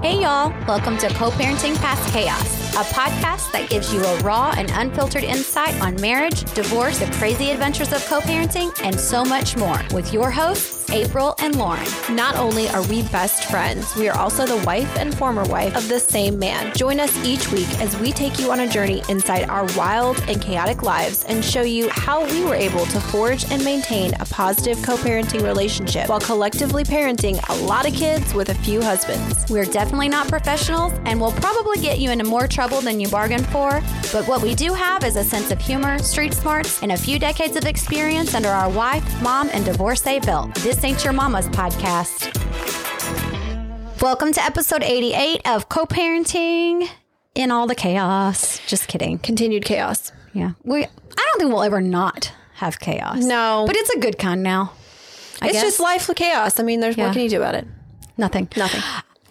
Hey, y'all. Welcome to Co Parenting Past Chaos, a podcast that gives you a raw and unfiltered insight on marriage, divorce, the crazy adventures of co parenting, and so much more with your hosts, April and Lauren. Not only are we best friends, we are also the wife and former wife of the same man. Join us each week as we take you on a journey inside our wild and chaotic lives and show you how we were able to forge and maintain a positive co parenting relationship while collectively parenting a lot of kids with a few husbands. We're definitely not professionals and will probably get you into more trouble than you bargained for, but what we do have is a sense of humor, street smarts, and a few decades of experience under our wife, mom, and divorcee belt. This ain't your mama's podcast. Welcome to episode 88 of Co Parenting in All the Chaos. Just kidding. Continued chaos. Yeah. We I don't think we'll ever not have chaos. No. But it's a good kind now. I it's guess. just life with chaos. I mean, there's Yeah. what can you do about it? nothing. Nothing.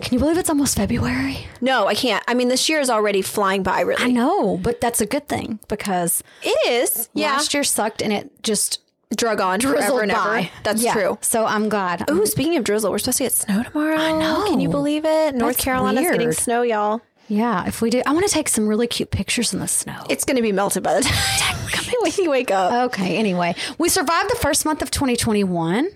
Can you believe it's almost February? No, I can't. I mean, this year is already flying by, really. I know, but that's a good thing because It is. Yeah. last year sucked and it just drug on forever drizzled and ever. by. That's Yeah. true. So I'm glad. Ooh, speaking of drizzle, we're supposed to get snow tomorrow. I know. Can you believe it? North That's Carolina's getting weird. snow, y'all. Yeah, if we do, I want to take some really cute pictures in the snow. It's going to be melted by the time when you wake up. Okay, anyway, we survived the first month of 2021.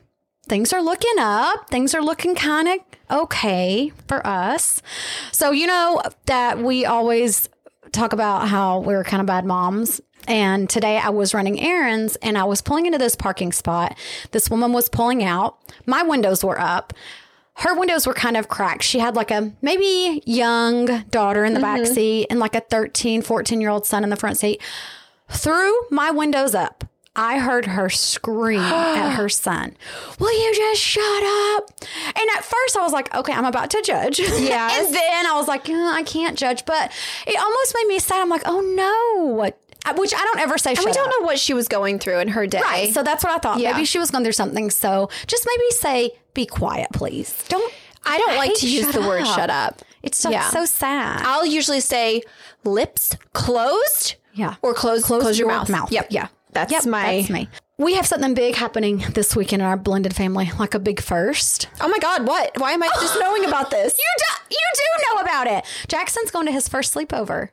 Things are looking up. Things are looking kind of okay for us. So, you know that we always talk about how we were kind of bad moms. And today I was running errands and I was pulling into this parking spot. This woman was pulling out. My windows were up. Her windows were kind of cracked. She had like a maybe young daughter in the back seat and like a 13, 14 year old son in the front seat through my windows up, I heard her scream at her son, Will you just shut up? And at first I was like, Okay, I'm about to judge. Yeah. Yes. and then I was like, "Uh, I can't judge. But it almost made me sad. I'm like, Oh no. I- Which I don't ever say we shut don't up. know what she was going through in her day. Right. So that's what I thought. Yeah. Maybe she was going through something. So just maybe say, Be quiet, please. Don't. I don't like hate to use shut the word up. shut up. It's so, Yeah. so sad. I'll usually say lips closed. Yeah. Or close, close, your, mouth. Yep. Yep. Yeah. That's Yep, my. That's me. We have something big happening this weekend in our blended family, like a big first. Oh my God. What? Why am I just knowing about this? You do, you do know about it. Jackson's going to his first sleepover.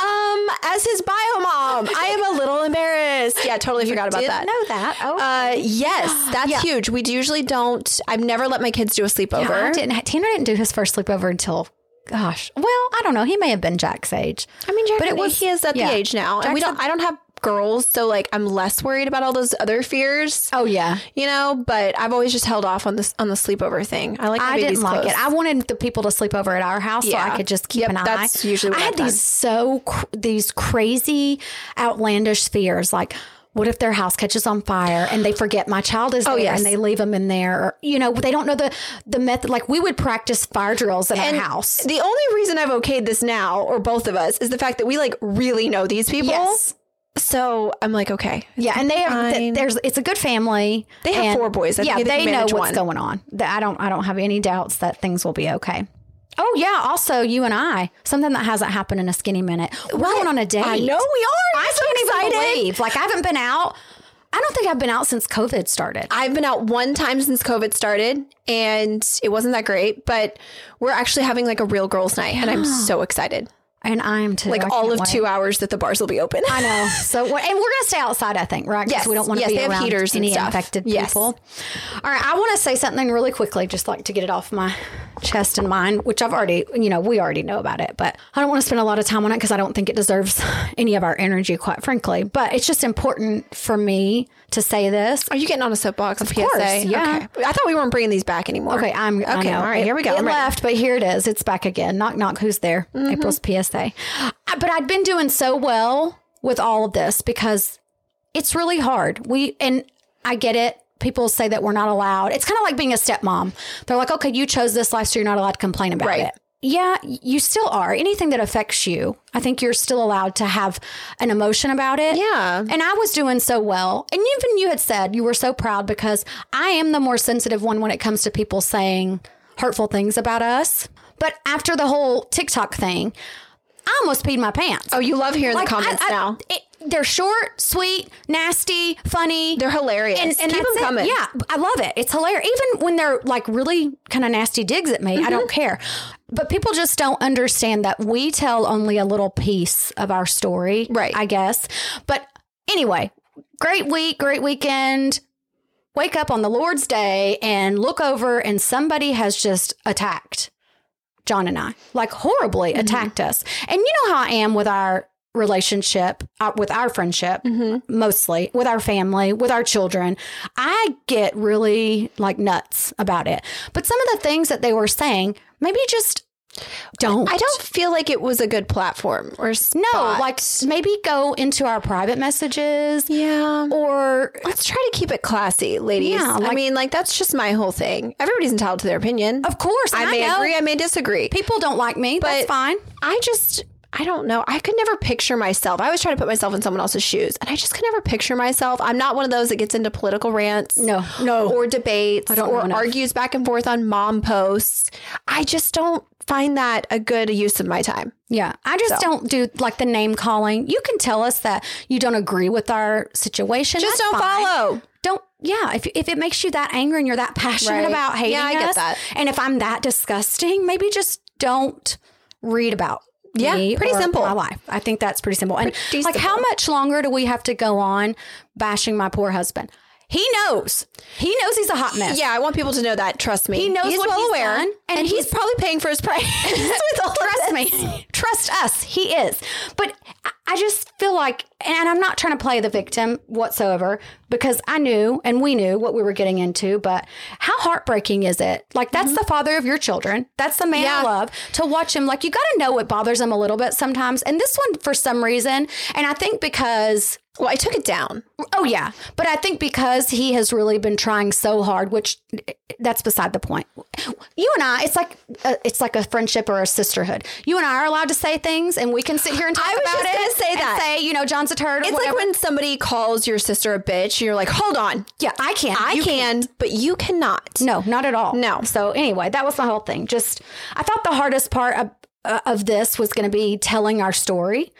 Um, as his bio mom, I am a little embarrassed. Yeah, totally forgot about Didn't that. know that. Oh, Uh, yes, that's huge. We usually don't. I've never let my kids do a sleepover. I didn't. Tanner didn't do his first sleepover until, gosh. Well, I don't know. He may have been Jack's age. I mean, But Jackson, it was- he is at yeah. the age now, and we don't. I don't have girls, so like I'm less worried about all those other fears. Oh yeah. You know, but I've always just held off on this on the sleepover thing. I like. my I didn't babies like close. it. I wanted the people to sleep over at our house so I Yeah. could just keep Yep, an eye. that's usually what I had I've done. these so cr- these crazy, outlandish fears like. What if their house catches on fire and they forget my child is there Oh, yes. and they leave them in there? Or, you know, they don't know the the method. Like we would practice fire drills in our house. The only reason I've okayed this now, or both of us, is the fact that we like really know these people. Yes. So I'm like, okay, Yeah, and they have th- Fine. there's it's a good family. They have and- four boys. I yeah, think they they, can know manage what's one. going on. Th- I don't I don't have any doubts that things will be okay. Oh yeah, also you and I something that hasn't happened in a skinny minute. We're going on a date. I know we are. I I'm so can't even excited. believe. Like I haven't been out. I don't think I've been out since COVID started. I've been out one time since COVID started and it wasn't that great, but we're actually having like a real girls' night and I'm so excited. And I'm too. Like I all can't of wait. two hours that the bars will be open. I know. So, we're- and we're going to stay outside, I think, right? 'Cause Yes. We don't want to Yes, be they have around heaters and any stuff. infected Yes. people. All right. I want to say something really quickly, just like to get it off my chest and mind, which I've already, you know, we already know about it, but I don't want to spend a lot of time on it because I don't think it deserves any of our energy, quite frankly. But it's just important for me to say this. Are you getting on a soapbox? Of PSA? course, yeah. Okay. I thought we weren't bringing these back anymore. Okay, I'm I Okay, know. all right, It- here we go. It I'm ready. Mm-hmm. left, but here it is. It's back again. Knock knock. Who's there? April's PSA. I- but I'd been doing so well with all of this because it's really hard. We and I get it. People say that we're not allowed. It's kind of like being a stepmom. They're like, okay, you chose this life, so you're not allowed to complain about Right. it. Yeah, you still are. Anything that affects you, I think you're still allowed to have an emotion about it. Yeah. And I was doing so well. And even you had said you were so proud because I am the more sensitive one when it comes to people saying hurtful things about us. But after the whole TikTok thing, I almost peed my pants. Oh, you love hearing the comments I- I- now. it- they're short, sweet, nasty, funny. They're hilarious. And, and Keep that's them it. coming. Yeah, I love it. It's hilarious. Even when they're like really kind of nasty digs at me, I Mm-hmm. don't care. But people just don't understand that we tell only a little piece of our story. Right. I guess. But anyway, great week, great weekend. Wake up on the Lord's Day and look over, and somebody has just attacked John and I, like horribly Mm-hmm. attacked us. And you know how I am with our relationship, uh, with our friendship, Mm-hmm. mostly with our family, with our children. I get really like nuts about it. But some of the things that they were saying, maybe just don't. I don't feel like it was a good platform or spot. No, like maybe go into our private messages yeah. or Let's try to keep it classy, ladies. Yeah, I like- mean, like that's just my whole thing. Everybody's entitled to their opinion. of course I, may know agree, I may disagree. people don't like me. That's But- fine. I just I don't know. I could never picture myself. I always try to put myself in someone else's shoes, and I just could never picture myself. I'm not one of those that gets into political rants. No, no. Or debates don't know or enough. argues back and forth on mom posts. I just don't find that a good use of my time. Yeah, I just don't do like the name calling. You can tell us that you don't agree with our situation. Just That's don't fine. follow. Don't. Yeah, if if it makes you that angry and you're that passionate Right. about hating Yeah, I get us, that. and if I'm that disgusting, maybe just don't read about. Yeah, me pretty or simple. My life. I think that's pretty simple. And Pretty like, how much longer do we have to go on bashing my poor husband? He knows. He knows he's a hot mess. Yeah, I want people to know that. Trust me. He knows what he's done, and, and he's, he's- probably paying for his price. with all of trust this. me trust us he is but I- i just feel like and i'm not trying to play the victim whatsoever because i knew and we knew what we were getting into but how heartbreaking is it like that's the father of your children that's the man Mm-hmm. Yeah. i love to watch him like you gotta know what bothers him a little bit sometimes and this one for some reason and i think because Well, I took it down. Oh yeah, but I think because he has really been trying so hard, which that's beside the point. You and I, it's like a, it's like a friendship or a sisterhood. You and I are allowed to say things, and we can sit here and talk I was about just it. gonna say and that. say you know John's a turd. It's like when somebody calls your sister a bitch, and you're like, "Hold on, yeah, I can't. I You can, but you cannot." No, not at all. No. So anyway, that was the whole thing. Just I thought the hardest part of, uh, of this was going to be telling our story.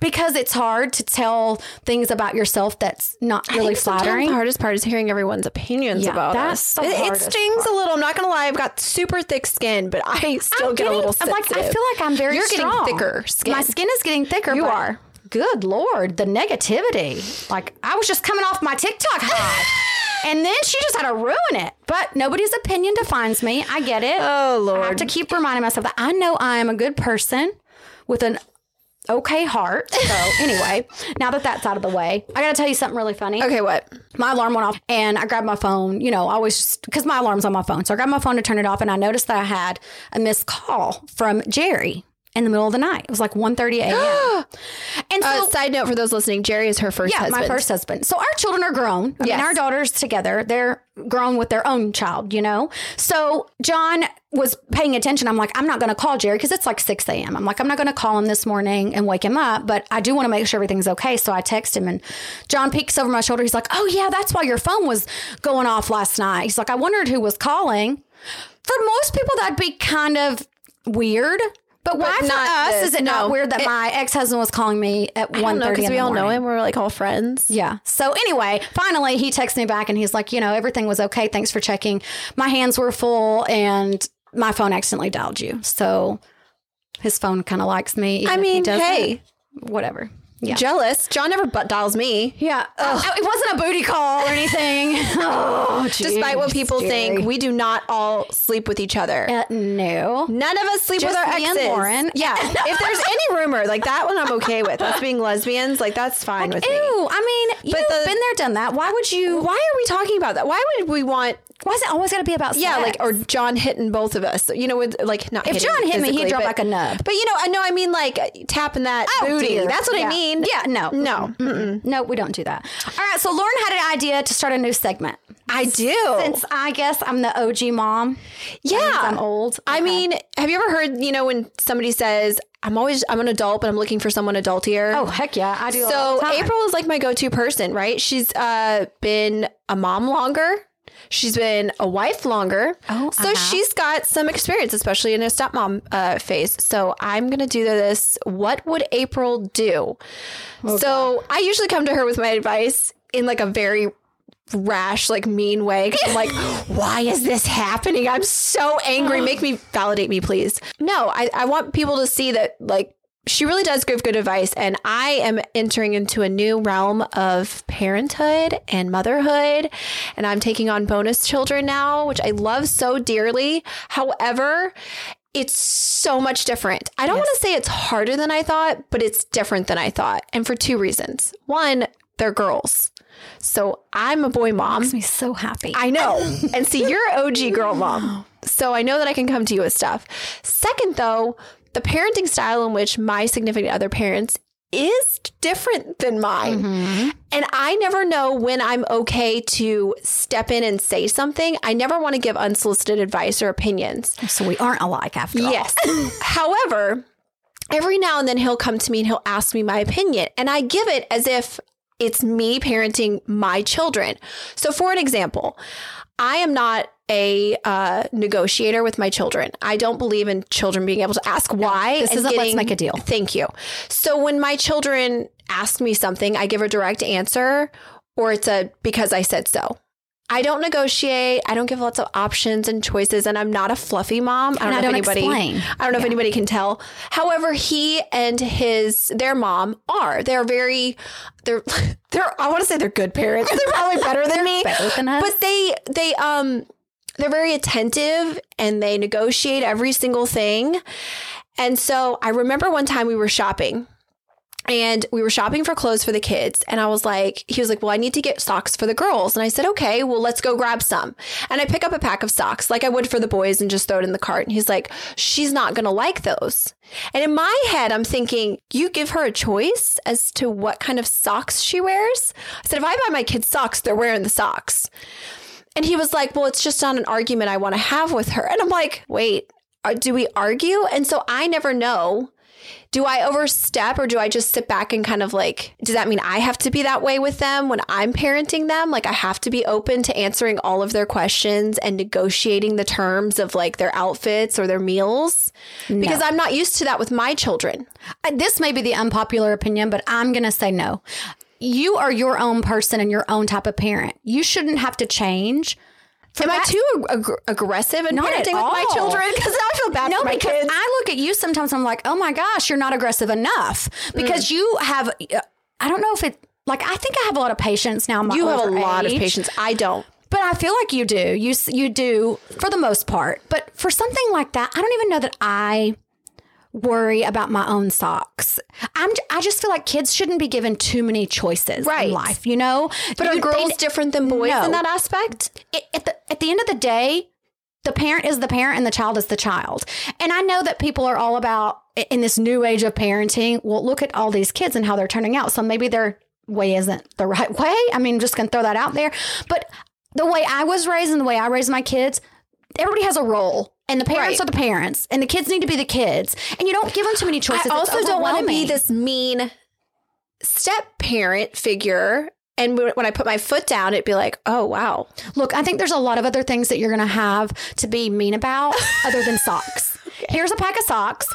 Because it's hard to tell things about yourself that's not really Sometimes flattering. The hardest part is hearing everyone's opinions Yeah, about that's us. the It- it, hardest stings a little. I'm not gonna lie. I've got super thick skin, but I still I'm get a getting- little I'm sensitive. like I feel like I'm very You're strong. getting thicker skin. My skin is getting thicker. You are. Good lord, the negativity. Like I was just coming off my TikTok high. and then she just had to ruin it. But nobody's opinion defines me. I get it. oh I have lord. to keep reminding myself that I know I am a good person with an okay heart. So anyway, now that that's out of the way, I got to tell you something really funny okay, what? Uh, my alarm went off and I grabbed my phone. You know, I always just because my alarm's on my phone. So I grabbed my phone to turn it off and I noticed that I had a missed call from Jerry in the middle of the night. It was like 1.30 a.m. and so Uh, side note for those listening: Jerry is her first yeah, husband. my first husband. So our children are grown. I Yes. mean, our daughters together, they're grown with their own child, you know? So John was paying attention. I'm like, I'm not going to call Jerry because it's like 6 a.m. I'm like, I'm not going to call him this morning and wake him up, but I do want to make sure everything's okay. So I text him and John peeks over my shoulder. He's like, Oh, yeah, that's why your phone was going off last night. He's like, I wondered who was calling. For most people, that'd be kind of weird. But why for not us this. is it not No. weird that It- my ex husband was calling me at I don't one know thirty? because we all know him. We're like all friends. Yeah. So anyway, finally he texts me back and he's like, you know, everything was okay. Thanks for checking. My hands were full and my phone accidentally dialed you. So his phone kind of likes me. even I if he mean, doesn't. hey, whatever. Yeah. jealous. John never butt dials me. Yeah. Uh, it wasn't a booty call or anything. oh, Despite what jeez, people Jerry. think, we do not all sleep with each other. Uh, no. None of us sleep Just with our me exes. and Lauren. Yeah. if there's any rumor like that one, I'm okay with us being lesbians. Like that's fine with Ew. me. I mean, you've the- been there, done that. Why would you? Why are we talking about that? Why would we want? Why is it always got to be about? Yeah, sex? like or John hitting both of us. You know, with like not. if hitting John hit me, he'd physically, drop but- like a nub. But you know, I know. I mean, like tapping that booty. Oh, dear. That's what I Yeah. mean. Yeah, no. No. Mm-mm. No, we don't do that. All right, so Lauren had an idea to start a new segment. I do. Since I guess I'm the OG mom. yeah, I'm old. I Okay. mean, have you ever heard? You know, when somebody says, "I'm always I'm an adult, but I'm looking for someone adultier." Oh heck yeah, I do. all So the time. April is like my go-to person, right? She's uh, been a mom longer. She's been a wife longer. Oh, so uh-huh. she's got some experience, especially in a stepmom uh, phase. So I'm going to do this. What would April do? Oh, so I usually come to her with my advice in like a very rash, like mean way. 'cause I'm like, why is this happening? I'm so angry. Make me validate me, please. No, I, I want people to see that like she really does give good advice. And I am entering into a new realm of parenthood and motherhood. And I'm taking on bonus children now, which I love so dearly. However, it's so much different. I don't want to say it's harder than I thought, but it's different than I thought. And for two reasons. One, they're girls. So I'm a boy mom. Makes me so happy. I know. and see, you're an OG girl mom. So I know that I can come to you with stuff. Second, though, the parenting style in which my significant other parents is different than mine. And I never know when I'm okay to step in and say something. I never want to give unsolicited advice or opinions. so we aren't alike after all. Yes. However, every now and then he'll come to me and he'll ask me my opinion, and I give it as if it's me parenting my children. So, for an example, I am not a uh, negotiator with my children. I don't believe in children being able to ask why. this and isn't let's make a deal. Thank you. So, when my children ask me something, I give a direct answer, or it's a because I said so. I don't negotiate. I don't give lots of options and choices, and I'm not a fluffy mom. I don't And know I if don't anybody. explain. I don't know if anybody can tell. However, he and his their mom are. They're very they're they're I want to say they're good parents. They're probably better than me. better than us. But they they um they're very attentive and they negotiate every single thing. And so I remember one time we were shopping and we were shopping for clothes for the kids and i was like he was like well i need to get socks for the girls and i said okay well let's go grab some and i pick up a pack of socks like i would for the boys and just throw it in the cart and he's like she's not going to like those and in my head i'm thinking you give her a choice as to what kind of socks she wears i said if i buy my kids socks they're wearing the socks and he was like, Well, it's just not an argument I want to have with her. And I'm like, Wait, are, do we argue? And so I never know. Do I overstep or do I just sit back and kind of like, does that mean I have to be that way with them when I'm parenting them? Like, I have to be open to answering all of their questions and negotiating the terms of like their outfits or their meals because I'm not used to that with my children. I- this may be the unpopular opinion, but I'm going to say no. You are your own person and your own type of parent. You shouldn't have to change. Am I too ag- ag- aggressive in Not parenting at with my all. children? Because I feel bad No, for my because kids. I look at you sometimes. I'm like, oh my gosh, you're not aggressive enough because Mm. you have. I don't know if it. Like I think I have a lot of patience now. in My you have a older lot of age. patience. I don't. But I feel like you do. You s- you do for the most part. But for something like that, I don't even know that I worry about my own socks. I'm j- I just feel like kids shouldn't be given too many choices Right. in life, you know? But You- are girls they- different than boys No. in that aspect? it- at the at the end of the day, the parent is the parent and the child is the child. And I know that people are all about i- in this new age of parenting. Well, look at all these kids and how they're turning out. So maybe their way isn't the right way. I mean, just gonna throw that out there. But the way I was raised and the way I raised my kids, everybody has a role. And the parents Right. are the parents, and the kids need to be the kids. And you don't give them too many choices. I It's also don't want to be overwhelming. this mean step parent figure. And when when I put my foot down, it'd be like, oh, wow. Look, I think there's a lot of other things that you're going to have to be mean about other than socks. Here's a pack of socks.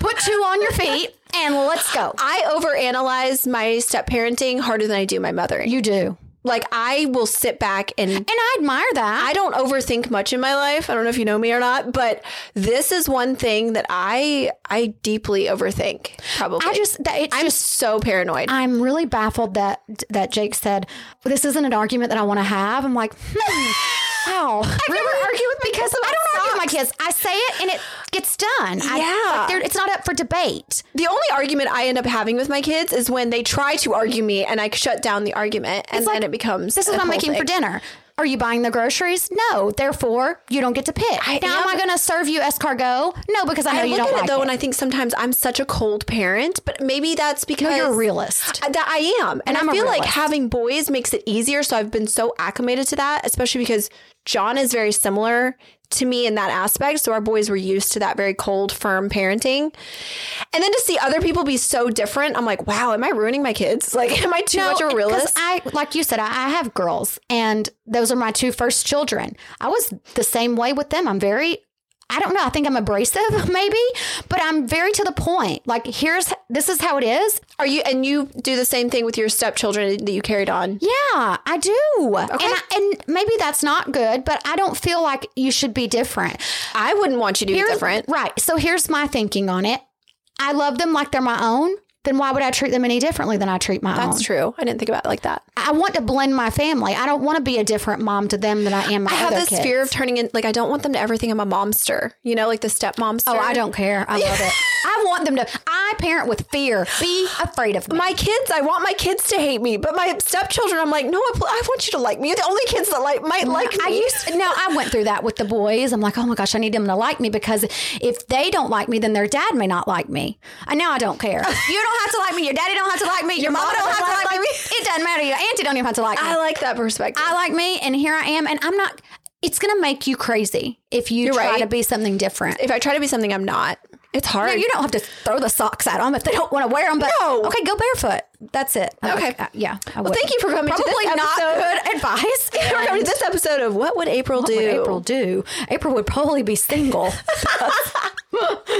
Put two on your feet and let's go. I overanalyze my step parenting harder than I do my mothering. You do. And Like, I will sit back and I admire that. I don't overthink much in my life. I don't know if you know me or not, but this is one thing that I I deeply overthink. Probably, I just that it's I'm just so paranoid. I'm really baffled that that Jake said this isn't an argument that I want to have. I'm like, hmm, wow. I never argue with my because kids about I don't argue with my kids. I say it and it gets done. I, Yeah. like, they're- it's not up for debate. The only argument I end up having with my kids is when they try to argue me and I shut down the argument and like, then it becomes This is a what I'm whole making for thing. dinner. Are you buying the groceries? No. Therefore, you don't get to pick. now, am, am- I going to serve you escargot? No, because I know I you look don't at like it though it. and I think sometimes I'm such a cold parent, but maybe that's because You're a realist. I- that I am. And, I'm I a feel like realist. having boys makes it easier. So I've been so acclimated to that, especially because John is very similar to me in that aspect. So our boys were used to that very cold, firm parenting. And then to see other people be so different, I'm like, wow, am I ruining my kids? Like, am I too much of a 'cause realist? I like you said, I, I have girls, and those are my two first children. I was the same way with them. I'm very. I don't know. I think I'm abrasive, maybe, but I'm very to the point. Like, here's this is how it is. Are you, and you do the same thing with your stepchildren that you carried on? Yeah, I do. And, I, and maybe that's not good, but I don't feel like you should be different. I wouldn't want you to be Here's- different. Right. So here's my thinking on it. I love them like they're my own. Then why would I treat them any differently than I treat my own? That's true. I didn't think about it like that. I want to blend my family. I don't want to be a different mom to them than I am my I have other this kids. fear of turning in, like, I don't want them to ever think I'm a momster, you know, like the stepmomster. Oh, I don't care. I love it. I want them to. I parent with fear. Be afraid of me. My kids, I want my kids to hate me, but my stepchildren, I'm like, no, I, pl- I want you to like me. You're the only kids that like might like me. I used to, no, I went through that with the boys. I'm like, oh my gosh, I need them to like me because if they don't like me, then their dad may not like me. And now I don't care. You don't have to like me. Your daddy don't have to like me. Your, mama, don't have to like, me. It doesn't matter. Your auntie don't even have to like me. I like that perspective. I like me, and here I am, and I'm not. It's gonna make you crazy if you try right. to be something different. if I try to be something I'm not, it's hard. No, you don't have to throw the socks at them if they don't want to wear them. But No. okay, go barefoot. That's it. I Okay. like- uh, yeah. I would. thank you for coming to Probably this not episode. good advice. We're coming to this episode of What Would April Do? What would April do? April would probably be single.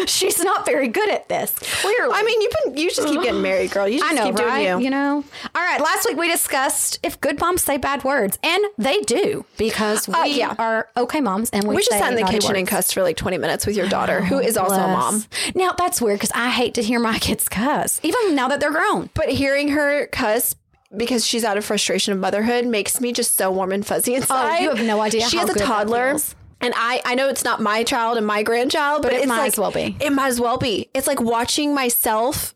She's not very good at this. Clearly. I mean, you've been, you just keep getting married, girl. You just I know, keep right? doing you. know. All right. Last week we discussed if good moms say bad words, and they do because we yeah. are okay moms, and we, We just say sat in the naughty kitchen and words. cussed for like 20 minutes with your daughter, who is also a mom. Bless. Now that's weird because I hate to hear my kids cuss, even now that they're grown. But hearing her cuss because she's out of frustration of motherhood makes me just so warm and fuzzy inside. Oh, have no idea She how has a good that toddler. feels. And I, I know it's not my child and my grandchild, but, it it's might like, as well be. It might as well be. It's like watching myself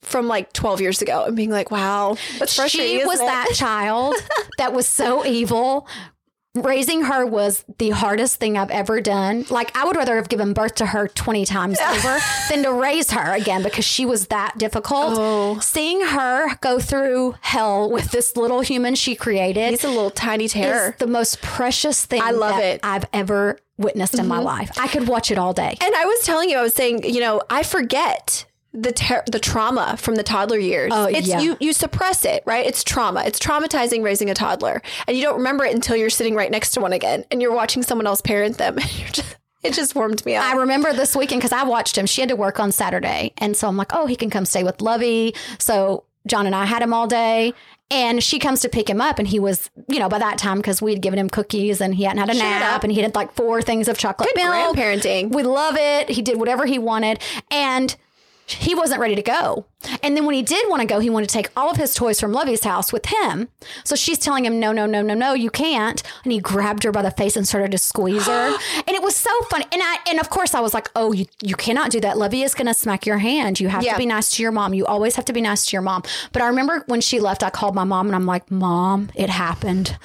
from like 12 years ago and being like, wow, that's frustrating. She isn't was it? that child that was so evil. Raising her was the hardest thing I've ever done. Like, I would rather have given birth to her 20 times over than to raise her again because she was that difficult. Oh. Seeing her go through hell with this little human she created He's a little tiny terror. is the most precious thing I love it. Mm-hmm. I've ever witnessed in my life. I could watch it all day. And I was telling you, I was saying, you know, I forget the ter- the trauma from the toddler years. Oh, it's yeah. you you suppress it, right? It's trauma. It's traumatizing raising a toddler, and you don't remember it until you're sitting right next to one again, and you're watching someone else parent them. And you're just, it just warmed me up. I remember this weekend because I watched him. She had to work on Saturday. And so I'm like, oh, he can come stay with Lovey. So John and I had him all day. And she comes to pick him up. And he was, you know, by that time, because we had given him cookies and he hadn't had a nap up. and he had like four things of chocolate Good milk. grandparenting. We love it. He did whatever he wanted. And he wasn't ready to go. And then when he did want to go, he wanted to take all of his toys from Lovey's house with him. So she's telling him, no, no, no, no, no, you can't. And he grabbed her by the face and started to squeeze her. and it was so funny. And I and of course I was like, oh, you, you cannot do that. Lovey is gonna smack your hand. You have Yeah. to be nice to your mom. You always have to be nice to your mom. But I remember when she left, I called my mom and I'm like, Mom, it happened.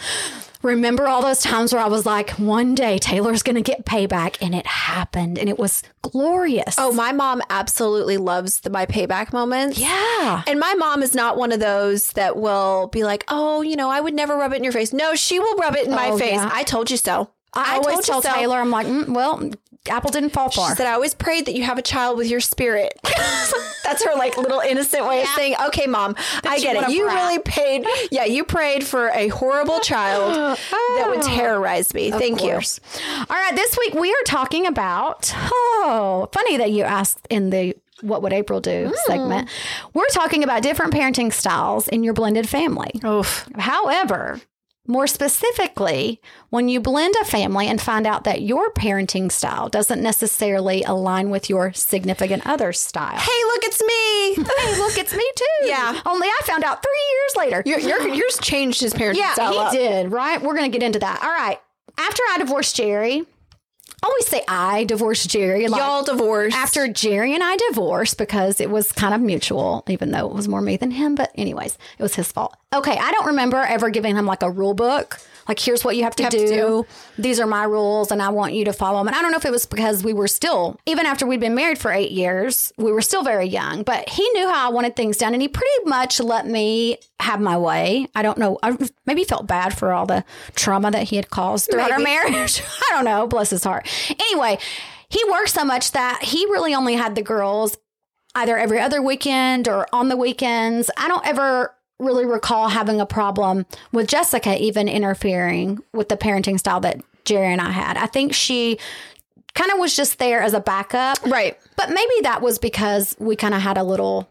Remember all those times where I was like, one day Taylor's going to get payback. And it happened. And it was glorious. oh, my mom absolutely loves the my payback moments. yeah. And my mom is not one of those that will be like, oh, you know, I would never rub it in your face. No, she will rub it in my Oh, face. yeah. I told you so. I, always tell Taylor. Taylor, I'm like, mm, well, apple didn't fall far. She said, I always prayed that you have a child with your spirit. That's her like little innocent way of saying, okay, mom, I you get it. wanna You brat." really paid. Yeah, you prayed for a horrible child that would terrorize me. Thank you. course. All right, this week we are talking about. Oh, funny that you asked in the "What Would April Do?" Hmm. segment. We're talking about different parenting styles in your blended family. Oof. However, more specifically, when you blend a family and find out that your parenting style doesn't necessarily align with your significant other's style. Hey, look, it's me. Hey, look, it's me too. Yeah. Only I found out three years later. Your, your, yours changed his parenting Yeah, style. he up. did, right? We're going to get into that. All right. After I divorced Jerry, I always say I divorced Jerry. Like Y'all divorced. after Jerry and I divorced because it was kind of mutual, even though it was more me than him. But, anyways, it was his fault. Okay, I don't remember ever giving him like a rule book. Like, here's what you have to, have do. to do. These are my rules, and I want you to follow them. And I don't know if it was because we were still, even after we'd been married for eight years, we were still very young, but he knew how I wanted things done, and he pretty much let me have my way. I don't know. I maybe felt bad for all the trauma that he had caused throughout our Maybe. marriage. I don't know. Bless his heart. Anyway, he worked so much that he really only had the girls either every other weekend or on the weekends. I don't ever really recall having a problem with Jessica even interfering with the parenting style that Jerry and I had. I think she kind of was just there as a backup. Right. But maybe that was because we kind of had a little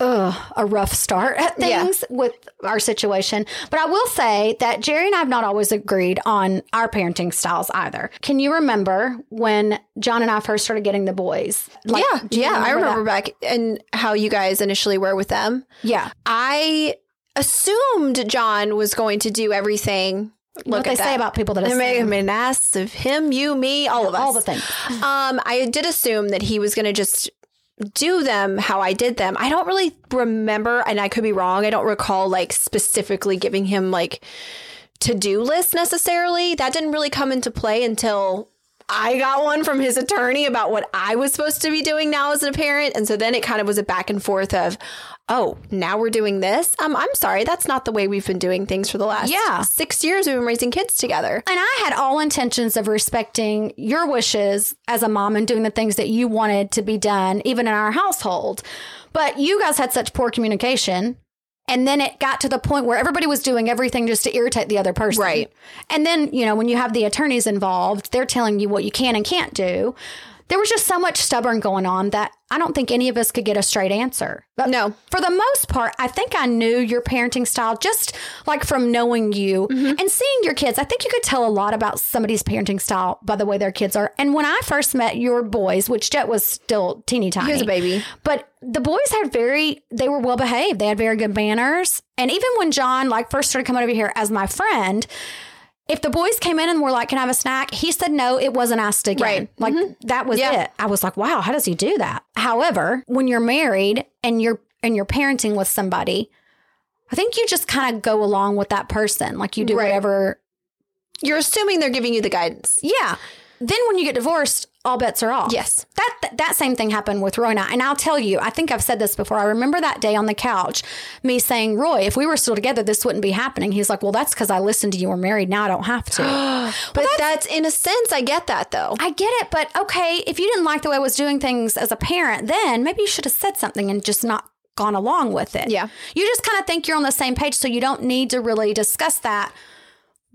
ugh, a rough start at Yeah. things with our situation. But I will say that Jerry and I have not always agreed on our parenting styles either. Can you remember when John and I first started getting the boys? Like, yeah. do you Yeah. I that? remember back and how you guys initially were with them. Yeah. I assumed John was going to do everything. Look what at they that. say about people that I made assume. him an ass of him, you, me, all of us. all the things. Um, I did assume that he was going to just do them how I did them. I don't really remember, and I could be wrong. I don't recall like specifically giving him like to do list necessarily. That didn't really come into play until I got one from his attorney about what I was supposed to be doing now as a parent. And so then it kind of was a back and forth of, oh, now we're doing this. Um, I'm sorry, that's not the way we've been doing things for the last Yeah. six years we've been raising kids together. And I had all intentions of respecting your wishes as a mom and doing the things that you wanted to be done, even in our household. But you guys had such poor communication. And then it got to the point where everybody was doing everything just to irritate the other person. Right. And then, you know, when you have the attorneys involved, they're telling you what you can and can't do. There was just so much stubborn going on that I don't think any of us could get a straight answer. But No. for the most part, I think I knew your parenting style just like from knowing you Mm-hmm. and seeing your kids. I think you could tell a lot about somebody's parenting style by the way their kids are. And when I first met your boys, which Jet was still teeny tiny, was a baby. but the boys had very, they were well behaved. They had very good manners. And even when John like first started coming over here as my friend, if the boys came in and were like, "Can I have a snack?" He said, "No, it wasn't asked again." Right. Mm-hmm. Like that was Yeah. it. I was like, "Wow, how does he do that?" However, when you're married and you're and you're parenting with somebody, I think you just kind of go along with that person. Like you do Right. whatever. You're assuming they're giving you the guidance. Yeah. Then when you get divorced, all bets are off. Yes. That that, that same thing happened with Roy and I. And I'll tell you, I think I've said this before. I remember that day on the couch, me saying, "Roy, if we were still together, this wouldn't be happening." He's like, "Well, that's because I listened to you. We're married now. I don't have to." But that's, in a sense, I get that though. I get it, but okay, if you didn't like the way I was doing things as a parent, then maybe you should have said something and just not gone along with it. Yeah. You just kind of think you're on the same page, so you don't need to really discuss that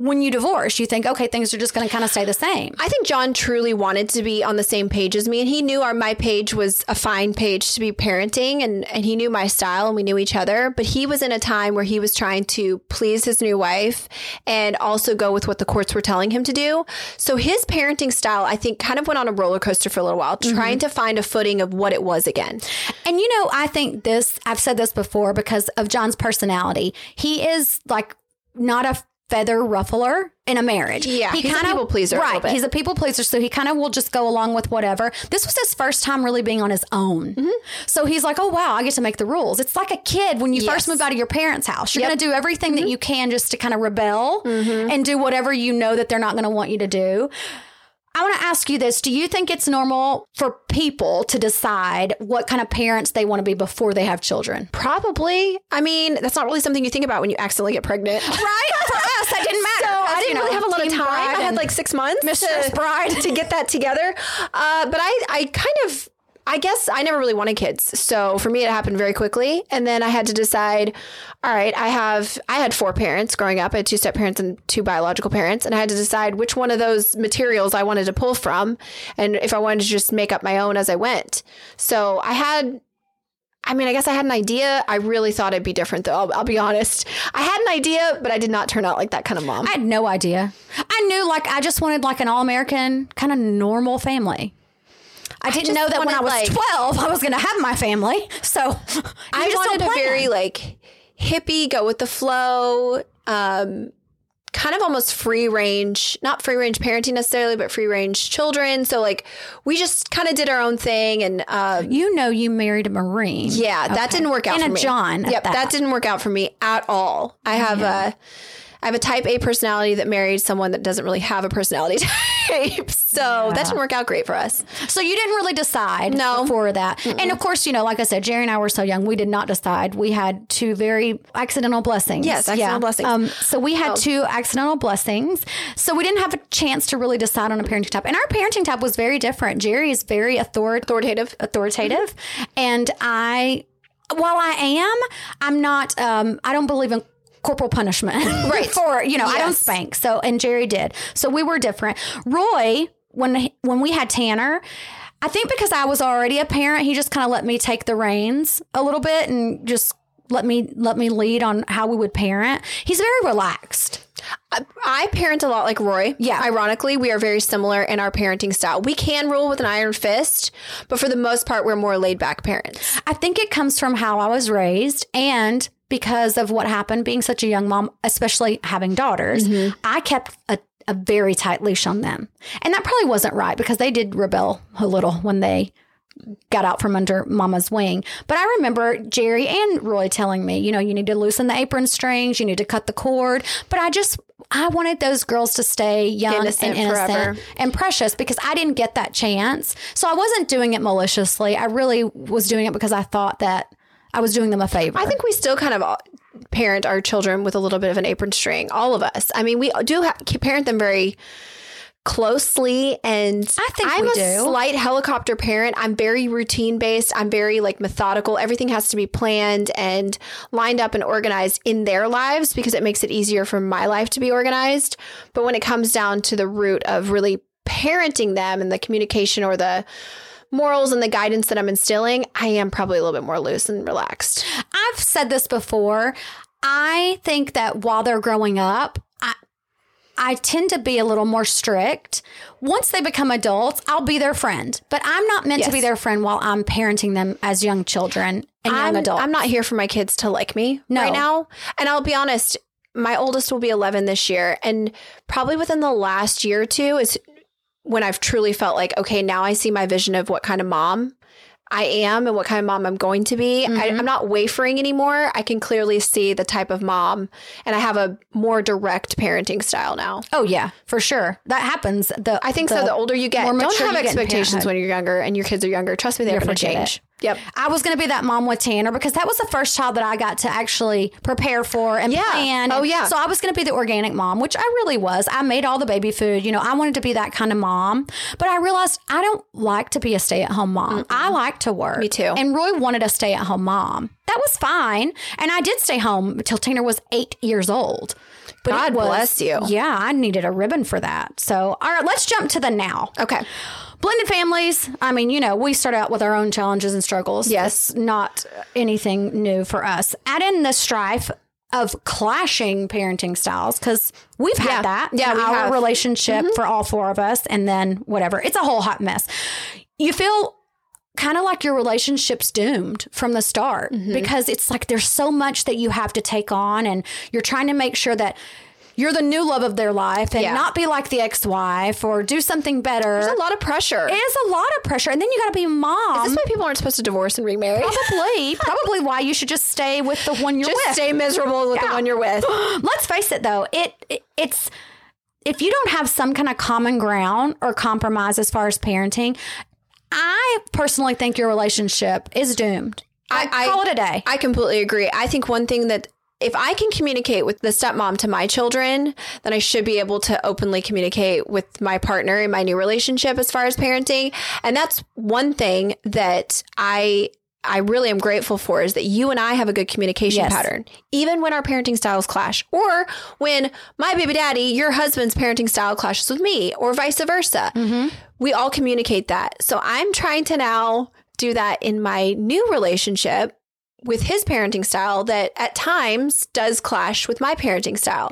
when you divorce. You think, okay, things are just going to kind of stay the same. I think John truly wanted to be on the same page as me, and he knew our my page was a fine page to be parenting, and and he knew my style, and we knew each other. But he was in a time where he was trying to please his new wife and also go with what the courts were telling him to do. So his parenting style, I think, kind of went on a roller coaster for a little while, trying to find a footing of what it was again. And you know, I think this, I've said this before because of John's personality. He is like not a feather ruffler in a marriage. Yeah, He he's a kinda- people pleaser a Right. little bit. He's a people pleaser. So he kind of will just go along with whatever. This was his first time really being on his own. Mm-hmm. So he's like, oh, wow, I get to make the rules. It's like a kid when you Yes. first move out of your parents' house. You're going to do everything that you can just to kind of rebel and do whatever you know that they're not going to want you to do. I want to ask you this. Do you think it's normal for people to decide what kind of parents they want to be before they have children? Probably, I mean, that's not really something you think about when you accidentally get pregnant. Right? For us, that didn't matter. So because, I you didn't know, really have a lot of Teen time. Bride I had and- like six months, Mistress to, Bride. to get that together. Uh, but I, I kind of, I guess I never really wanted kids. So for me, it happened very quickly, and then I had to decide. All right, I have, I had four parents growing up. I had two step parents and two biological parents, and I had to decide which one of those materials I wanted to pull from, and if I wanted to just make up my own as I went. So I had I mean, I guess I had an idea. I really thought it'd be different, though. I'll, I'll be honest. I had an idea, but I did not turn out like that kind of mom. I had no idea. I knew like I just wanted like an all American kind of normal family. I didn't just know that when wanted, I was like- 12, I was going to have my family. So you I just don't wanted a plan. very like hippie, go with the flow, um, kind of almost free range, not free range parenting necessarily, but free range children. So like we just kind of did our own thing and uh, You know, you married a Marine. yeah, that didn't work out And for a me. John at Yep, that. that. didn't work out for me at all. I have a I have a type A personality that married someone that doesn't really have a personality type. So that didn't work out great for us. So you didn't really decide No. before that. And of course, you know, like I said, Jerry and I were so young, we did not decide. We had two very accidental blessings. Yes, accidental blessings. Um, so we had two accidental blessings. So we didn't have a chance to really decide on a parenting type. And our parenting type was very different. Jerry is very author- Authoritative. authoritative. And I, while I am, I'm not, um, I don't believe in corporal punishment. Right. For, you know, I don't Yes. spank. So, and Jerry did. So we were different. Roy, when, when we had Tanner, I think because I was already a parent, he just kind of let me take the reins a little bit and just let me, let me lead on how we would parent. He's very relaxed. I, I parent a lot like Roy. Yeah. Ironically, we are very similar in our parenting style. We can rule with an iron fist, but for the most part, we're more laid back parents. I think it comes from how I was raised and because of what happened being such a young mom, especially having daughters, Mm-hmm. I kept a, a very tight leash on them. And that probably wasn't right because they did rebel a little when they got out from under mama's wing. But I remember Jerry and Roy telling me, you know, you need to loosen the apron strings, you need to cut the cord. But I just, I wanted those girls to stay young Innocent and innocent forever. and precious because I didn't get that chance. So I wasn't doing it maliciously. I really was doing it because I thought that I was doing them a favor. I think we still kind of all- parent our children with a little bit of an apron string, all of us. I mean, we do ha- parent them very closely and I think I'm we a do. slight helicopter parent. I'm very routine based. I'm very like methodical. Everything has to be planned and lined up and organized in their lives because it makes it easier for my life to be organized. But when it comes down to the root of really parenting them and the communication or the morals and the guidance that I'm instilling, I am probably a little bit more loose and relaxed. I've said this before. I think that while they're growing up, I I tend to be a little more strict. Once they become adults, I'll be their friend, but I'm not meant to Yes. be their friend while I'm parenting them as young children and I'm, young adults. I'm not here for my kids to like me No. right now. And I'll be honest, my oldest will be 11 this year. And probably within the last year or two is when I've truly felt like, okay, now I see my vision of what kind of mom I am and what kind of mom I'm going to be. I, Mm-hmm. I'm not wafering anymore. I can clearly see the type of mom. And I have a more direct parenting style now. oh yeah, for sure. That happens. The I think so. The older you get, more don't mature have you get in expectations parenthood. when you're younger and your kids are younger. Trust me, they're You'll going to forget change. it. Yep. I was going to be that mom with Tanner because that was the first child that I got to actually prepare for and Yeah. plan. Oh, yeah. So I was going to be the organic mom, which I really was. I made all the baby food. You know, I wanted to be that kind of mom, but I realized I don't like to be a stay at home mom. I like to work. Me too. And Roy wanted a stay at home mom. That was fine. And I did stay home until Tanner was eight years old. But it God was- bless you. Yeah, I needed a ribbon for that. So, all right, let's jump to the now. Okay. Blended families. I mean, you know, we start out with our own challenges and struggles. Yes. It's not anything new for us. Add in the strife of clashing parenting styles because we've had Yeah. that. Yeah, in we our have. Mm-hmm. relationship for all four of us, and then whatever. It's a whole hot mess. You feel kind of like your relationship's doomed from the start Mm-hmm. because it's like there's so much that you have to take on, and you're trying to make sure that. You're the new love of their life and Yeah. not be like the ex wife or do something better. There's a lot of pressure. It is a lot of pressure. And then you got to be a That's mom. why people aren't supposed to divorce and remarry. Probably, probably why you should just stay with the one you're Just with. stay miserable with Yeah. the one you're with. Let's face it, though it, it it's if you don't have some kind of common ground or compromise as far as parenting, I personally think your relationship is doomed. I, I- I- call it a day. I completely agree. I think one thing that if I can communicate with the stepmom to my children, then I should be able to openly communicate with my partner in my new relationship as far as parenting. And that's one thing that I I really am grateful for is that you and I have a good communication Yes. pattern, even when our parenting styles clash, or when my baby daddy, your husband's parenting style clashes with me, or vice versa. Mm-hmm. We all communicate that. So I'm trying to now do that in my new relationship with his parenting style that at times does clash with my parenting style.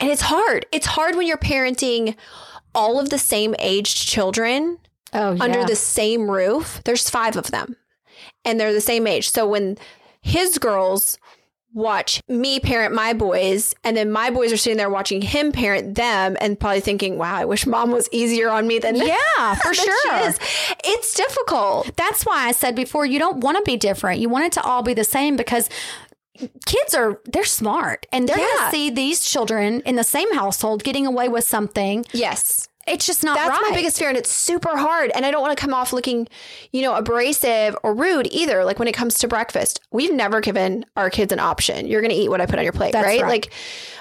And it's hard. It's hard when you're parenting all of the same aged children oh, yeah. under the same roof. There's five of them and they're the same age. So when his girls watch me parent my boys and then my boys are sitting there watching him parent them and probably thinking wow i wish mom was easier on me than Yeah, for than she sure. is." it's difficult That's why I said before, you don't want to be different. You want it to all be the same because kids are they're smart and they're going Yeah. to see these children in the same household getting away with something. yes It's just not that's right. my biggest fear and it's super hard and i don't want to come off looking you know abrasive or rude either like when it comes to breakfast we've never given our kids an option you're gonna eat what i put on your plate That's right? right. like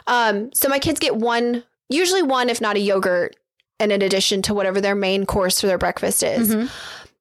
um so my kids get one usually one if not a yogurt and in addition to whatever their main course for their breakfast is Mhm.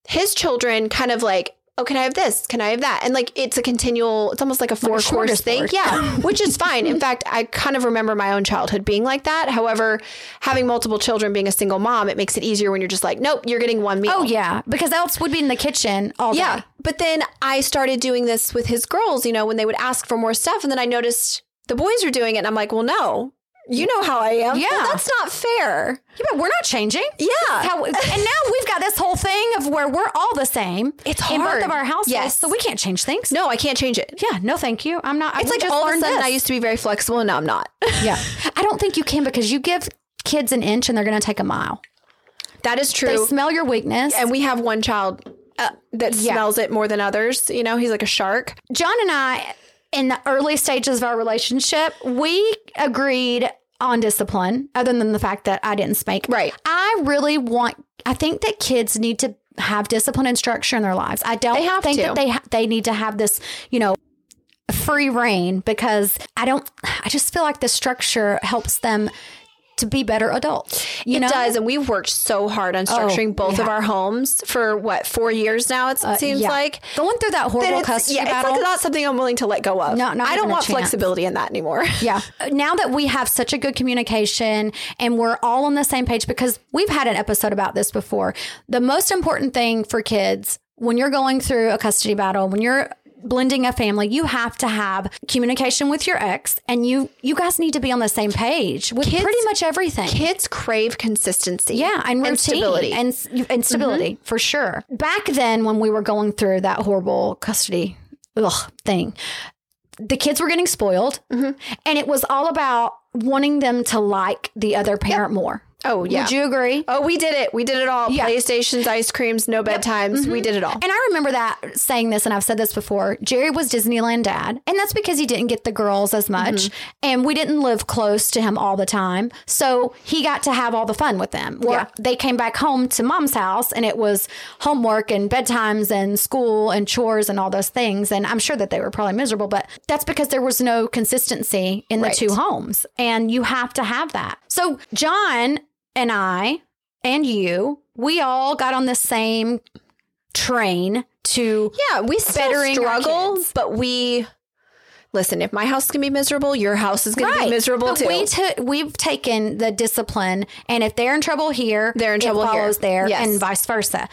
his children kind of like oh can i have this can i have that and like it's a continual it's almost like a four course thing smorgasbord. yeah which is fine in fact i kind of remember my own childhood being like that however having multiple children being a single mom it makes it easier when you're just like nope you're getting one meal Oh yeah, because else we'd be in the kitchen all yeah day. but then i started doing this with his girls you know when they would ask for more stuff and then i noticed the boys were doing it and i'm like well no you know how i am Yeah. that's not fair Yeah, but we're not changing. yeah How, and now we've got this whole thing of where we're all the same. It's in hard. both of our houses, Yes. so we can't change things. no i can't change it Yeah, no, thank you. I'm not. it's like all of a sudden i used to be very flexible and now i'm not yeah, I don't think you can because you give kids an inch and they're going to take a mile. that is true They smell your weakness. and we have one child uh, that Yeah. smells it more than others. You know, he's like a shark. John and I, in the early stages of our relationship, we agreed on discipline, other than the fact that I didn't spank. Right. I really want, I think that kids need to have discipline and structure in their lives. I don't They have think to. that they, ha- they need to have this, you know, free reign because I don't, I just feel like the structure helps them to be better adults. You it know? does, and we've worked so hard on structuring both of yeah. our homes for what four years now. It seems Yeah. like. Going through that That horrible it's, custody yeah, it's battle. like not something I'm willing to let go of. No, not I even don't a want chance. flexibility in that anymore. Yeah. Now that we have such a good communication and we're all on the same page, because we've had an episode about this before, the most important thing for kids when you're going through a custody battle, when you're blending a family you have to have communication with your ex and you you guys need to be on the same page with pretty much everything Kids crave consistency. yeah, and routine stability. Mm-hmm. and s- and stability for sure. Back then, when we were going through that horrible custody ugh, thing, the kids were getting spoiled, Mm-hmm. and it was all about wanting them to like the other parent more. Oh yeah. Would you agree? oh, we did it. We did it all. Yeah. PlayStations, ice creams, no bedtimes. We did it all. And I remember that saying this, and I've said this before. Jerry was Disneyland dad, and that's because he didn't get the girls as much, Mm-hmm. and we didn't live close to him all the time. So he got to have all the fun with them. Or Yeah. they came back home to mom's house, and it was homework and bedtimes and school and chores and all those things. And I'm sure that they were probably miserable, but that's because there was no consistency in Right. the two homes, and you have to have that. So John and I and you. We all got on the same train to Yeah, we still bettering our struggle, kids. but we listen. If my house can be miserable, your house is going to be miserable But too. We took we've taken the discipline, and if they're in trouble here, They're in trouble it here. follows there, Yes. and vice versa.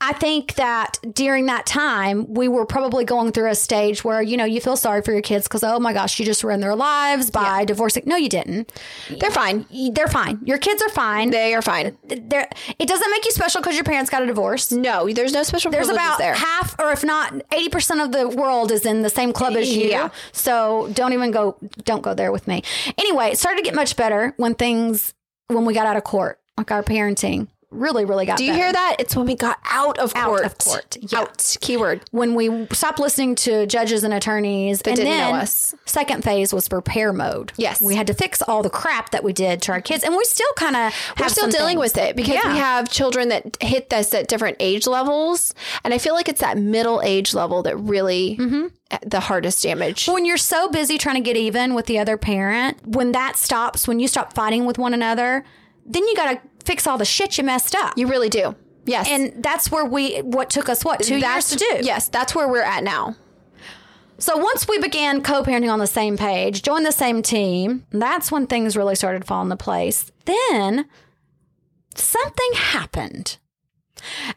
I think that during that time, we were probably going through a stage where you know you feel sorry for your kids because oh my gosh, you just ruined their lives by divorcing. No, you didn't. They're fine. You- They're fine. Your kids are fine. They are fine. They're, it doesn't make you special because your parents got a divorce. No, there's no special There's privileges about there. half, or if not, eighty percent of the world is in the same club as you. Yeah. So don't even go, don't go there with me. Anyway, it started to get much better when things, when we got out of court, like our parenting really, really got. Do you hear that? It's when we got out of Out court. of court, yeah. Out. Keyword. when we stopped listening to judges and attorneys? and didn't then know us. second phase was repair mode. Yes. we had to fix all the crap that we did to our kids, and we still kind of We're still dealing with it because Yeah. we have children that hit this at different age levels, and I feel like it's that middle age level that really eh, the hardest damage. When you're so busy trying to get even with the other parent, when that stops, when you stop fighting with one another, then you got to fix all the shit you messed up. You really do. Yes. and that's where we, what took us, what, two years that's to do? Yes, that's where we're at now. So once we began co parenting on the same page, joined the same team, that's when things really started falling into place. Then something happened.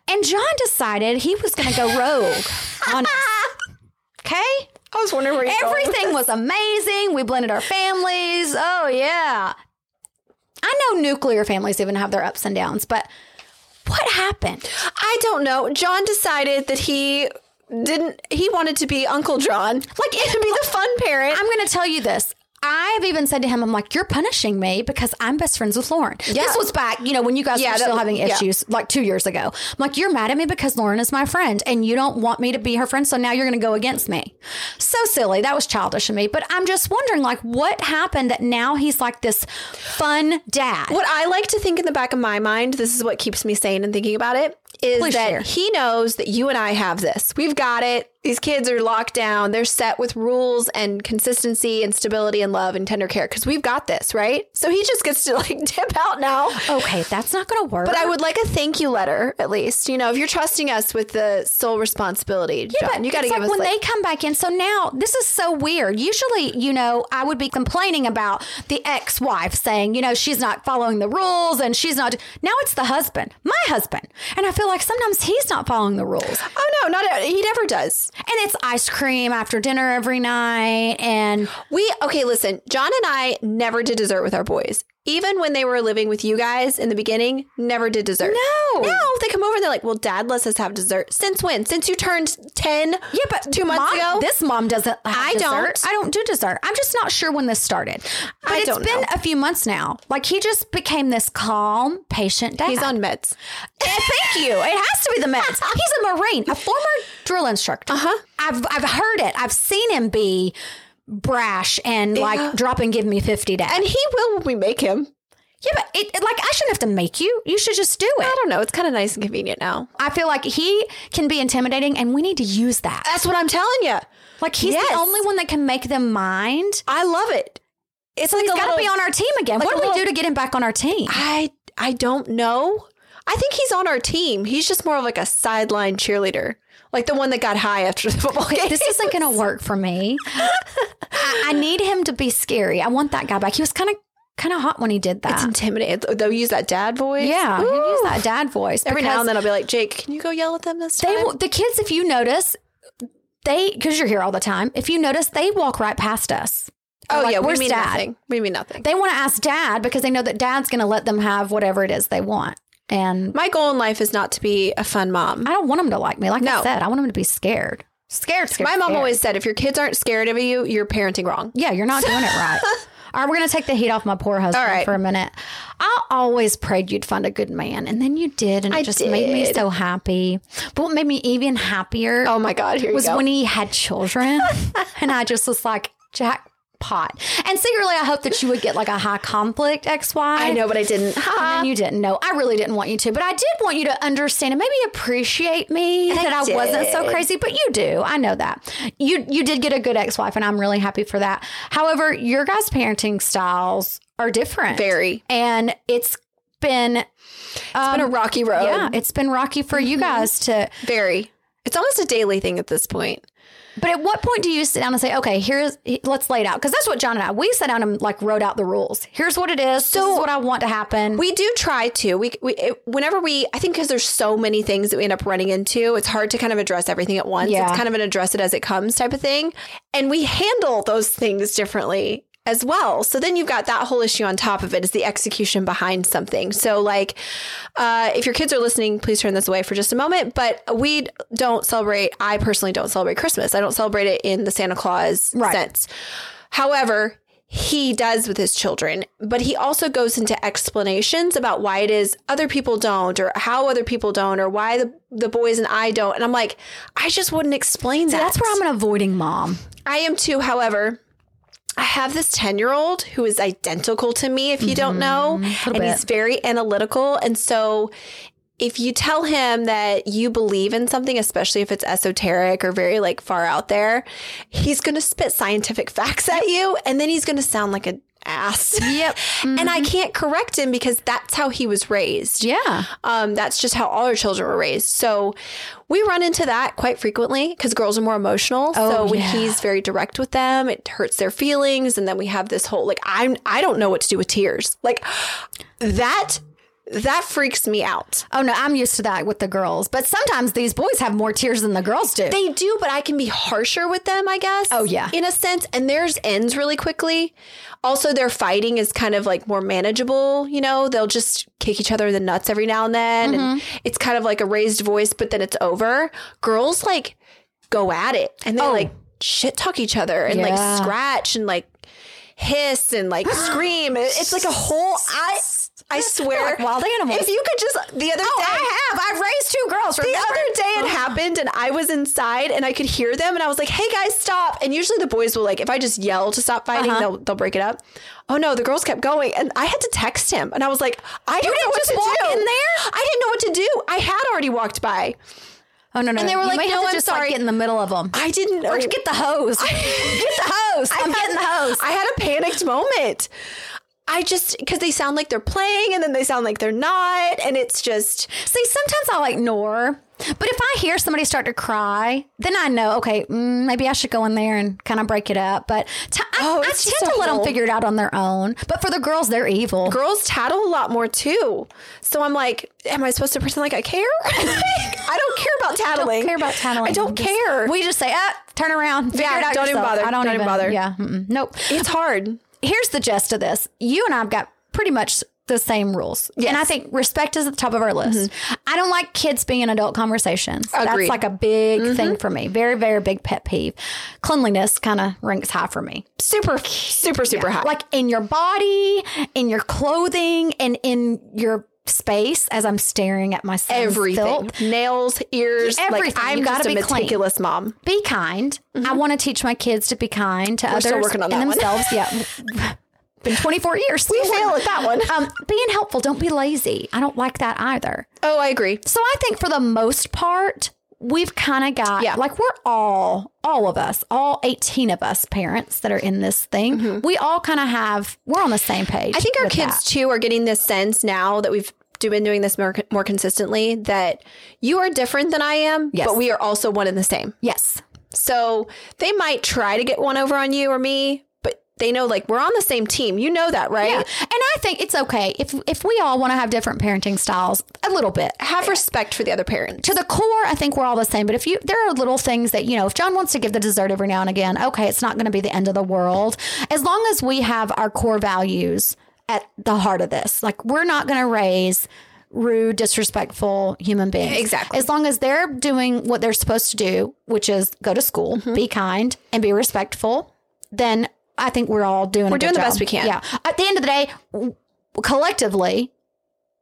And John decided he was going to go rogue on us. Okay? I was wondering where you Everything was amazing. We blended our families. Oh, yeah. I know nuclear families even have their ups and downs, but what happened? I don't know. John decided that he didn't he wanted to be Uncle John? Like it'd be the fun parent. I'm going to tell you this. I've even said to him, I'm like, you're punishing me because I'm best friends with Lauren. This was back, you know, when you guys Yeah, were that still was- having yeah. issues like two years ago. I'm like, you're mad at me because Lauren is my friend and you don't want me to be her friend. So now you're going to go against me. So silly. That was childish of me. But I'm just wondering, like, what happened that now he's like this fun dad? what I like to think in the back of my mind, this is what keeps me sane and thinking about it, is Please that share. he knows that you and I have this. We've got it. These kids are locked down. They're set with rules and consistency and stability and love and tender care because we've got this, right? So he just gets to like dip out now. Okay, that's not going to work. But I would like a thank you letter, at least. You know, if you're trusting us with the sole responsibility, John, you got to it's give like us when like, they come back in. So now this is so weird. Usually, you know, I would be complaining about the ex-wife saying, you know, she's not following the rules and she's not. Now it's the husband, my husband, and I feel like sometimes he's not following the rules. oh no, not he never does. And it's ice cream after dinner every night, and We okay, listen, John and I never did dessert with our boys. Even when they were living with you guys in the beginning, never did dessert. No. Now they come over and they're like, Well, dad lets us have dessert. Since when? Since you turned ten Yeah, but two months Mom- ago? this mom doesn't. Have I dessert. don't. I don't do dessert. I'm just not sure when this started. But I it's don't been know. a few months now. Like he just became this calm, patient dad. He's on meds. Yeah, Thank you. It has to be the Mets. He's a Marine, a former drill instructor. Uh Uh-huh. huh. I've I've heard it. I've seen him be brash and like drop and give me fifty down. And he will when we make him. yeah, but it, it- like I shouldn't have to make you. You should just do I it. don't know. It's kinda nice and convenient now. I feel like he can be intimidating, and we need to use that. That's what I'm telling you. Like he's Uh, Yes. the only one that can make them mind. I love it. It's like He's a got to little- be on our team again. like what a do we little- do to get him back on our team? I I don't know. I think he's on our team. He's just more of like a sideline cheerleader, like the one that got high after the football game. this isn't going to work for me. I, I need him to be scary. I want that guy back. He was kind of kind of hot when he did that. It's intimidating. It's- They'll use that dad voice. Ah. Yeah, you Ooh. use that dad voice Every now because and then I'll be like, Jake, can you go yell at them this They time? will, the kids, if you notice, they because you're here all the time. If you notice, they walk right past us. oh They're like, yeah, we "Where's mean dad?" nothing. We mean nothing. They want to ask dad because they know that dad's going to let them have whatever it is they want. And My goal in life is not to be a fun mom. I don't want them to like me. Like No. I said, I want them to be scared, scared, scared. My mom scared. always said, if your kids aren't scared of you, you're parenting wrong. Yeah, you're not doing it right. All right, we're going to take the heat off my poor husband All right. for a minute. I always prayed you'd find a good man, and then you did, and it I just made me did. so happy. But what made me even happier Oh my God, here was you go. when he had children. and I just was like, jackpot. And secretly, I hope that you would get like a high conflict ex wife. I know, but I didn't. Ha. And you didn't know. I really didn't want you to, but I did want you to understand and maybe appreciate me that I did. wasn't so crazy. But you do. I know that. You you did get a good ex-wife, and I'm really happy for that. However, your guys' parenting styles are different. Very. And it's been It's been a rocky road. Um, yeah, it's been rocky for you Mm-hmm. guys to Very. It's almost a daily thing at this point. But at what point do you sit down and say, okay, here's let's lay it out? Because that's what John and I we sat down and like wrote out the rules. Here's what it is. this is what I want to happen. We do try to. We, we it, whenever we, I think because there's so many things that we end up running into, it's hard to kind of address everything at once. Yeah. It's kind of an address it as it comes type of thing, and we handle those things differently as well. So then you've got that whole issue on top of it is the execution behind something. So like, uh, if your kids are listening, please turn this away for just a moment. But we don't celebrate. I personally don't celebrate Christmas. I don't celebrate it in the Santa Claus Right. sense. However, he does with his children, but he also goes into explanations about why it is other people don't, or how other people don't, or why the, the boys and I don't. And I'm like, I just wouldn't explain that. that's where I'm an avoiding mom. I am too. However, I have this 10 year old who is identical to me, if you don't know, and Mm-hmm. bit. he's very analytical. And so, if you tell him that you believe in something, especially if it's esoteric or very like far out there, he's going to spit scientific facts at you and then he's going to sound like an ass. Yep. Mm-hmm. and I can't correct him because that's how he was raised. Yeah. Um, that's just how all our children were raised. So we run into that quite frequently because girls are more emotional. so when yeah. he's very direct with them, it hurts their feelings. And then we have this whole like I'm I don't know what to do with tears. Like that that freaks me out. Oh no, I'm used to that with the girls. But sometimes these boys have more tears than the girls do. They do, but I can be harsher with them, I guess. Oh, yeah. In a sense. And theirs ends really quickly. Also, their fighting is kind of like more manageable. You know, they'll just kick each other in the nuts Mm-hmm. every now and then. And it's kind of like a raised voice, but then it's over. Girls, like, go at it and they Oh. like shit talk each other and Yeah. like scratch and like hiss and like scream. It- It's like a whole I I swear like wild animals. If you could just the other Oh, day I have. I've raised two girls. the remember? other day it happened and I was inside and I could hear them and I was like, "Hey guys, stop!" And usually the boys will like, if I just yell to stop fighting, Uh-huh. they'll they'll break it up. Oh no, the girls kept going and I had to text him and I was like, "I don't know didn't what just to walk do in there? I didn't know what to do. I had already walked by. Oh no no! And they were you like, might have "No, to I'm just sorry." Like, get in the middle of them. I didn't know. Or get the hose. get the hose. I'm had- getting the hose. I had a panicked moment. I just because they sound like they're playing and then they sound like they're not, and it's just See, sometimes I'll ignore, but if I hear somebody start to cry, then I know okay, mm, maybe I should go in there and kind of break it up. But t- I, Oh, I it's just tend a to let them whole- figure it out on their own. But for the girls, they're evil. girls tattle a lot more too. So I'm like, am I supposed to pretend like I care? I don't care about tattling. I don't care about tattling. I don't Just- care. We just say, ah, turn around. Figure Yeah, it out don't even yourself. bother. I don't, Don't even bother. Yeah, mm-mm, nope. it's hard. here's the gist of this. You and I've got pretty much the same rules. And I think respect is at the top of our list. I don't like kids being in adult conversations. That's Mm-hmm. Agreed. Mm-hmm. like a big thing for me. Very, very big pet peeve. Cleanliness kind of ranks high for me. Super, super, super high. uh, Like in your body, in your clothing, and in your space as I'm staring at my son's everything, filth. nails, ears, Everything. Like, I'm You gotta just a be clean. meticulous mom. Be kind. I want to teach my kids to be kind to others Mm-hmm. still working on and that one. themselves. yeah. Been 24 years. We fail at that one. Um, being helpful. Don't be lazy. I don't like that either. Oh, I agree. So I think for the most part, we've kind of got Yeah. like we're all, all of us, all 18 of us parents that are in this thing, we all kind of have, we're on the same page. Mm-hmm. I think our with kids that. too are getting this sense now that we've do- been doing this more, more consistently that you are different than I am, Yes. but we are also one and the same. Yes. So they might try to get one over on you or me, but they know like we're on the same team. You know that, right? Yeah. And I think it's okay if if we all want to have different parenting styles a little bit. Have respect for the other parent. to the core, I think we're all the same. But if you, there are little things that, you know, if John wants to give the dessert every now and again, okay, it's not going to be the end of the world. As long as we have our core values at the heart of this, like we're not going to raise rude, disrespectful human beings. Exactly. As long as they're doing what they're supposed to do, which is go to school, Mm-hmm. be kind, and be respectful, then I think we're all doing we're doing the best we can. Yeah. At the end of the day, w- collectively,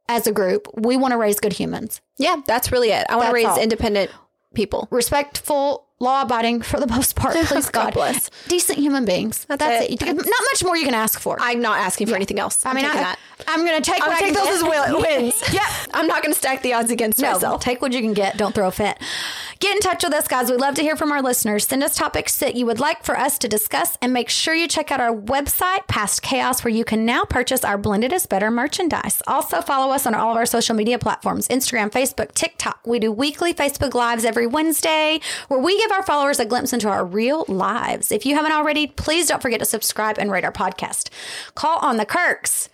as a group, we want to raise good humans Yeah, that's really it. I want That's to raise all. independent people. respectful, law abiding for the most part. Please God, God bless. decent human beings. That's, it. it. You can- Not much more you can ask for. I, I'm not asking for anything else. I'm mean, taking I, that. I'm going to take. I'm what I take can those get. as will- wins. yeah, I'm not going to stack the odds against No, myself. take what you can get. Don't throw a fit. Get in touch with us, guys. We love to hear from our listeners. Send us topics that you would like for us to discuss, and make sure you check out our website, Past Chaos, where you can now purchase our Blended is Better merchandise. Also, follow us on all of our social media platforms Instagram, Facebook, TikTok. We do weekly Facebook Lives every Wednesday, where we give our followers a glimpse into our real lives. If you haven't already, please don't forget to subscribe and rate our podcast. Call on the Kirks.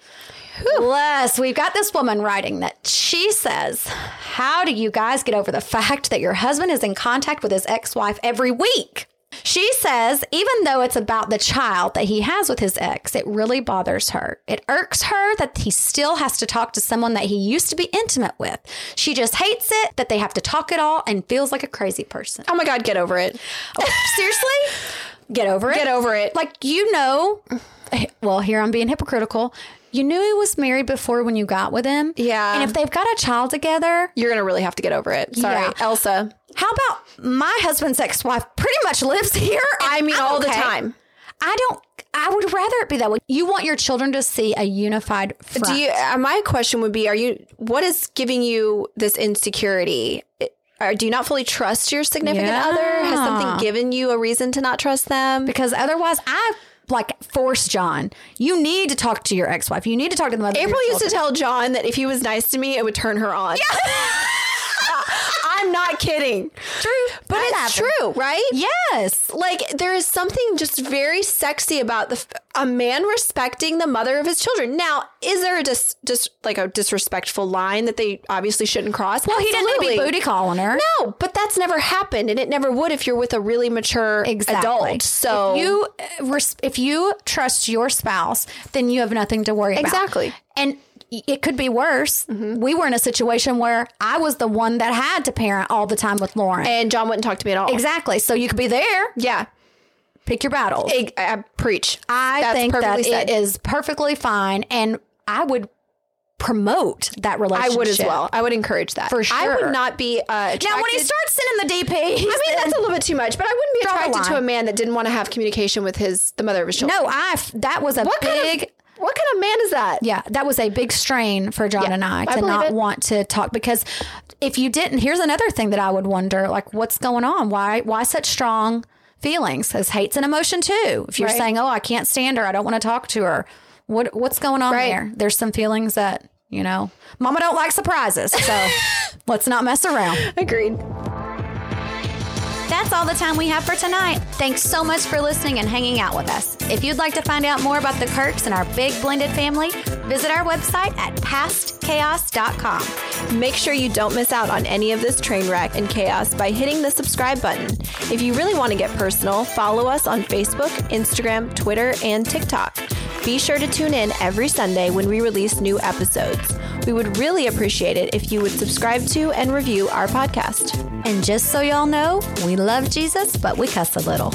Bless. We've got this woman writing that she says, How do you guys get over the fact that your husband is in contact with his ex wife every week? She says, even though it's about the child that he has with his ex, it really bothers her. It irks her that he still has to talk to someone that he used to be intimate with. She just hates it that they have to talk it all and feels like a crazy person. Oh my God, get over it. Seriously? Get over it. Get over it. Like, you know, well, here I'm being hypocritical. You knew he was married before when you got with him. Yeah. And if they've got a child together, You're going to really have to get over it. Sorry, Yeah. Elsa. how about my husband's ex wife pretty much lives here? and I mean, I'm all the okay. time. I don't, I would rather it be that way. You want your children to see a unified front. Do you? uh, My question would be: Are you? What is giving you this insecurity? It- Are, do you not fully trust your significant Yeah. other? Has something given you a reason to not trust them? because otherwise, I like force John. You need to talk to your ex wife. You need to talk to the mother. of your April used children. to tell John that if he was nice to me, it would turn her on. I'm not kidding. True. But I it's love true, him. right? Yes. Like there is something just very sexy about the f- a man respecting the mother of his children. Now, is there a dis, dis like a disrespectful line that they obviously shouldn't cross? Well, he didn't need to be Absolutely. booty calling her. No, but that's never happened, and it never would if you're with a really mature exactly. adult. So if you uh, res- if you trust your spouse, then you have nothing to worry about. Exactly. Mm-hmm. And it could be worse. We were in a situation where I was the one that had to parent all the time with Lauren. And John wouldn't talk to me at all. exactly. So you could be there, Yeah. pick your battles. I, I preach. E-, I That's think that perfectly said. it is perfectly fine, and I would promote that I relationship. would as well. I would encourage that. For I sure. would not be uh, attracted. Now, when he starts sending the DPs, I mean, that's a little bit too much, but I wouldn't be Draw the attracted to a line. man that didn't want to have communication with his the mother of his children. no, I f- that was a What kind of- big. What kind of man is that? yeah, that was a big strain for John Yeah, and I I to believe not it. want to talk because if you didn't, here's another thing that I would wonder: like, what's going on? Why, why such strong feelings? Because hate's an emotion too. If you're Right. saying, "Oh, I can't stand her. I don't want to talk to her," what what's going on Right. there? There's some feelings that you know, Mama don't like surprises, so let's not mess around. Agreed. That's all the time we have for tonight. Thanks so much for listening and hanging out with us. If you'd like to find out more about the Kirks and our big blended family, visit our website at pastchaos.com. Make sure you don't miss out on any of this train wreck and chaos by hitting the subscribe button. If you really want to get personal, follow us on Facebook, Instagram, Twitter, and TikTok. Be sure to tune in every Sunday when we release new episodes. We would really appreciate it if you would subscribe to and review our podcast. And just so y'all know, we love Jesus, but we cuss a little.